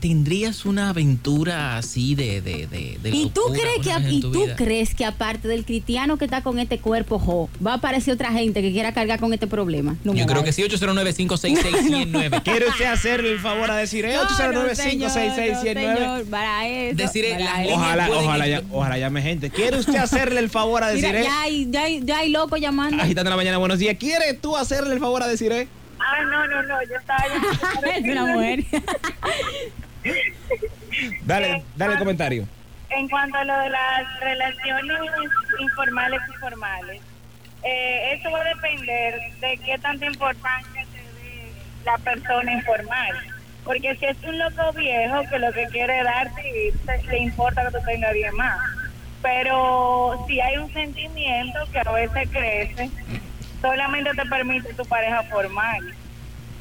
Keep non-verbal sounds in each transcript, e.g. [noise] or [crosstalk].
¿Tendrías una aventura así de... de, de, de ¿Y, tú locura, crees una que, vez en ¿Y tu tú vida? crees que aparte del cristiano que está con este cuerpo, jo, va a aparecer otra gente que quiera cargar con este problema? No me Yo creo vale. que sí, [laughs] 809-566-1009. ¿Quiere usted hacerle el favor a decir, eh, No, no, 809 señor, no, 566 señor, para eso, Decir, para la- eso. Ojalá, Pueden- ojalá, ya- ojalá llame gente. ¿Quiere usted hacerle el favor a decir, Mira, eh? ya hay, ya hay, ya hay loco llamando. [laughs] Agitando la mañana, buenos días. ¿Quiere tú hacerle el favor a decir, eh? Ah, no, no, no, yo estaba es una mujer. Eh, Dale, ah. dale el comentario. En cuanto a lo de las relaciones informales y formales, eh, eso va a depender de qué tanta importancia se dé la persona informal. Porque si es un loco viejo que lo que quiere es darte y irse, le importa que tú tengas bien más. Pero si hay un sentimiento que a veces crece, solamente te permite tu pareja formal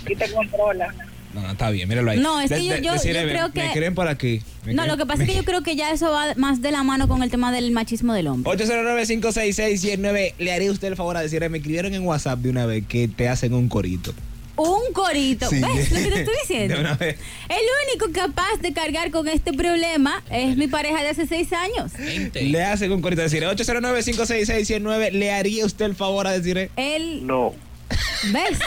y te controla. No, no, está bien, míralo ahí. No, es que yo- yo- decir, yo eh, creo me- que- Me creen por aquí. Me No, creen- lo que pasa es que yo creo que ya eso va más de la mano con el tema del machismo del hombre. 809-566-109, le haré usted el favor a decir, eh, me escribieron en WhatsApp de una vez que te hacen un corito. Un corito. Sí. ¿Ves lo que te estoy diciendo? De una vez. El único capaz de cargar con este problema es mi pareja de hace seis años. Gente. Le hacen un corito a decir, eh, 809-566-109, le haría usted el favor a decir, eh? Él, No. ¿ves?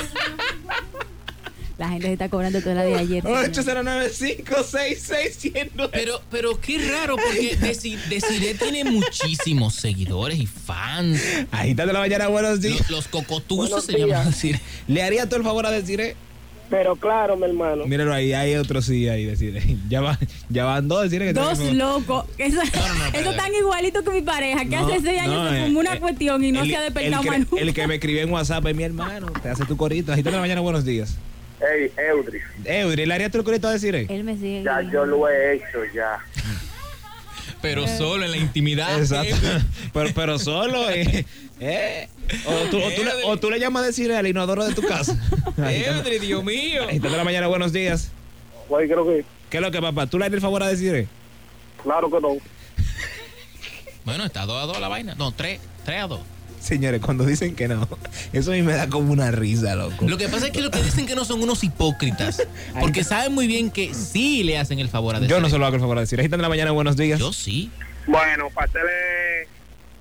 La gente se está cobrando toda la de ayer. Oh, señor. 809-566-109. Pero, pero qué raro, porque Desi- Desiree tiene muchísimos seguidores y fans. Agitando la mañana, buenos días. Los, los cocotuzos Buenos se llaman días. Desiree. ¿Le haría todo el favor a decir? eh? Pero claro, mi hermano. Míralo ahí, hay otro sí ahí, decir. eh. [laughs] Ya, va- ya van dos, decir que Dos tenemos- locos. Eso, eso espérate. tan igualito que mi pareja, que hace seis años no, se eh, fumó una eh, cuestión y no el- se ha despertado el que, más nunca. El que me escribió en WhatsApp es mi hermano. Te hace tu corito. Agitando la mañana, buenos días. Ey, Eudri, Eudri, ¿le haría todo el corito a decir? eh? Él me sigue. ya yo lo he hecho ya. Pero solo en la intimidad. Ah, Exacto. [laughs] eh. pero, pero solo, eh. eh. O, tú, o tú le, o tú le llamas a decir al inodoro de tu casa. Agitando Eudre, Dios mío. agitando la mañana, buenos días. Pues creo que, ¿Qué es lo que, papá? ¿Tú le harías el favor a decir? eh? claro que no. Bueno, está 2 a 2 la vaina. No, 3, 3 a 2. Señores, cuando dicen que no, [laughs] eso a mí me da como una risa, loco. Lo que pasa es que lo que dicen que no son unos hipócritas. Porque saben muy bien que sí le hacen el favor a Desiree. Yo no se lo hago el favor de decir. Agitando la mañana, buenos días. [laughs] Yo sí. Bueno, para hacerle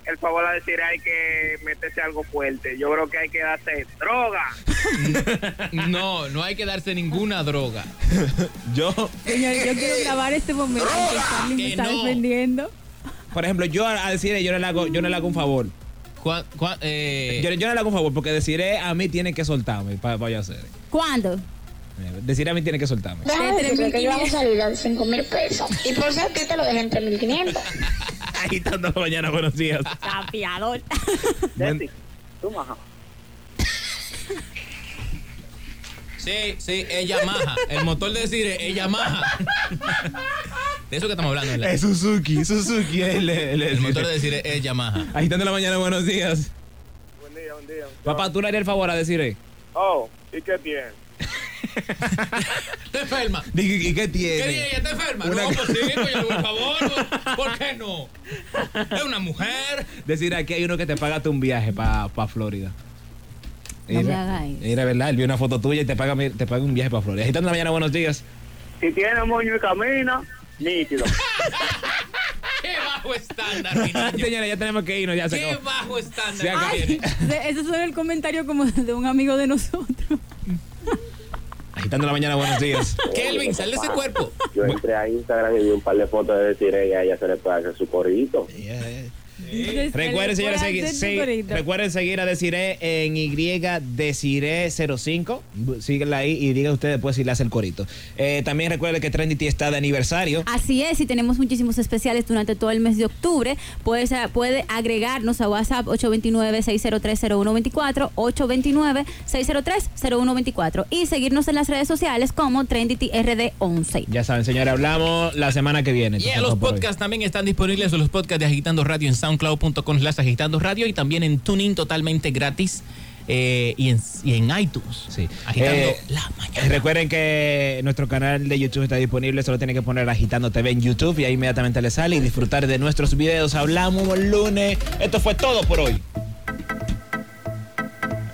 el favor a decir hay que meterse algo fuerte. Yo creo que hay que darse droga. No, no hay que darse ninguna droga. Yo, Señor, [laughs] yo quiero grabar este momento en que Charlie me Que está no. defendiendo. por ejemplo, yo a decir yo no le hago, yo no le hago un favor. Juan- Juan, eh, Yo, yo no le hago un favor porque deciré a mí tiene que soltarme para yo hacer. ¿Cuándo? Decir a mí tiene [laughs] que soltarme. Déjame De decirte que yo 3.500. vamos a salir a 5 mil pesos. Y por eso a ti te lo dejé en 3.500. Agitando la mañana, buenos días. [laughs] Tapiador. Buen- Tú, maja. Sí, sí, es Yamaha. El motor de Desiree es Yamaha. De eso que estamos hablando. ¿verdad? es Suzuki, Suzuki. El, el- el- Eh, El motor de Desiree es Yamaha. Agitando la mañana, buenos días. Buen día, buen día. Papá, tú le harías el favor a decir. Oh, ¿y qué tiene? Está enferma. ¿Y, y qué ¿Qué tiene? día ella está enferma? Una- No, pues sí, coño, por favor. pues, ¿Por qué no? Es una mujer. Decir, aquí hay uno que te paga hasta un viaje para Florida. No me Mira, haga eso. mira, verdad, él vio una foto tuya y te paga, mi- te paga un viaje para Florida. Agitando la mañana, [laughs] buenos días. Si tiene moño y camina, nítido. Qué bajo estándar, mi niño. Señores, ya tenemos que irnos, ya se Qué acabó. bajo Se estándar. acabó. que Ay, tiene. de- ese fue el comentario como de un amigo de nosotros. Agitando la mañana, [laughs] buenos días. [laughs] Kelvin, sal de ese cuerpo. Yo entré a Instagram y vi un par de fotos de decir y a ella se le puede hacer su corito. Recuerden, señores, seguir, sí, recuerden seguir a Desiree en Y Desiree05. Bu- Síguela ahí y digan ustedes después si le hace el corito. Eh, también recuerden que Trendity está de aniversario. Ah. Así es, y tenemos muchísimos especiales durante todo el mes de octubre. Puedes, ah, puede agregarnos a WhatsApp 829-603-0124, 829-603-0124 y seguirnos en las redes sociales como TrendityRD11. Ya saben, señores, hablamos la semana que viene. Y Entonces, los no por hoy. podcasts también están disponibles los podcasts de Agitando Radio en soundcloud.com slash agitando radio y también en tuning totalmente gratis eh, y, en, y en iTunes. Sí. Agitando Eh, la Eh, mañana. Recuerden que nuestro canal de YouTube está disponible, solo tienen que poner Agitando TV en YouTube y ahí inmediatamente le sale y disfrutar de nuestros videos. Hablamos el lunes. Esto fue todo por hoy.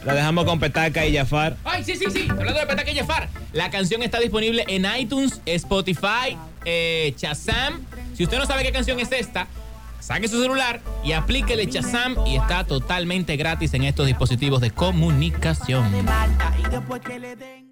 Lo dejamos con Petaca y Jafar. Ay, sí, sí, sí. Hablando de Petaca y Jafar. La canción está disponible en iTunes, Spotify, eh, Shazam. Si usted no sabe qué canción es esta, saque su celular y aplíquele Shazam y está totalmente gratis en estos dispositivos de comunicación. Malta y después que le den.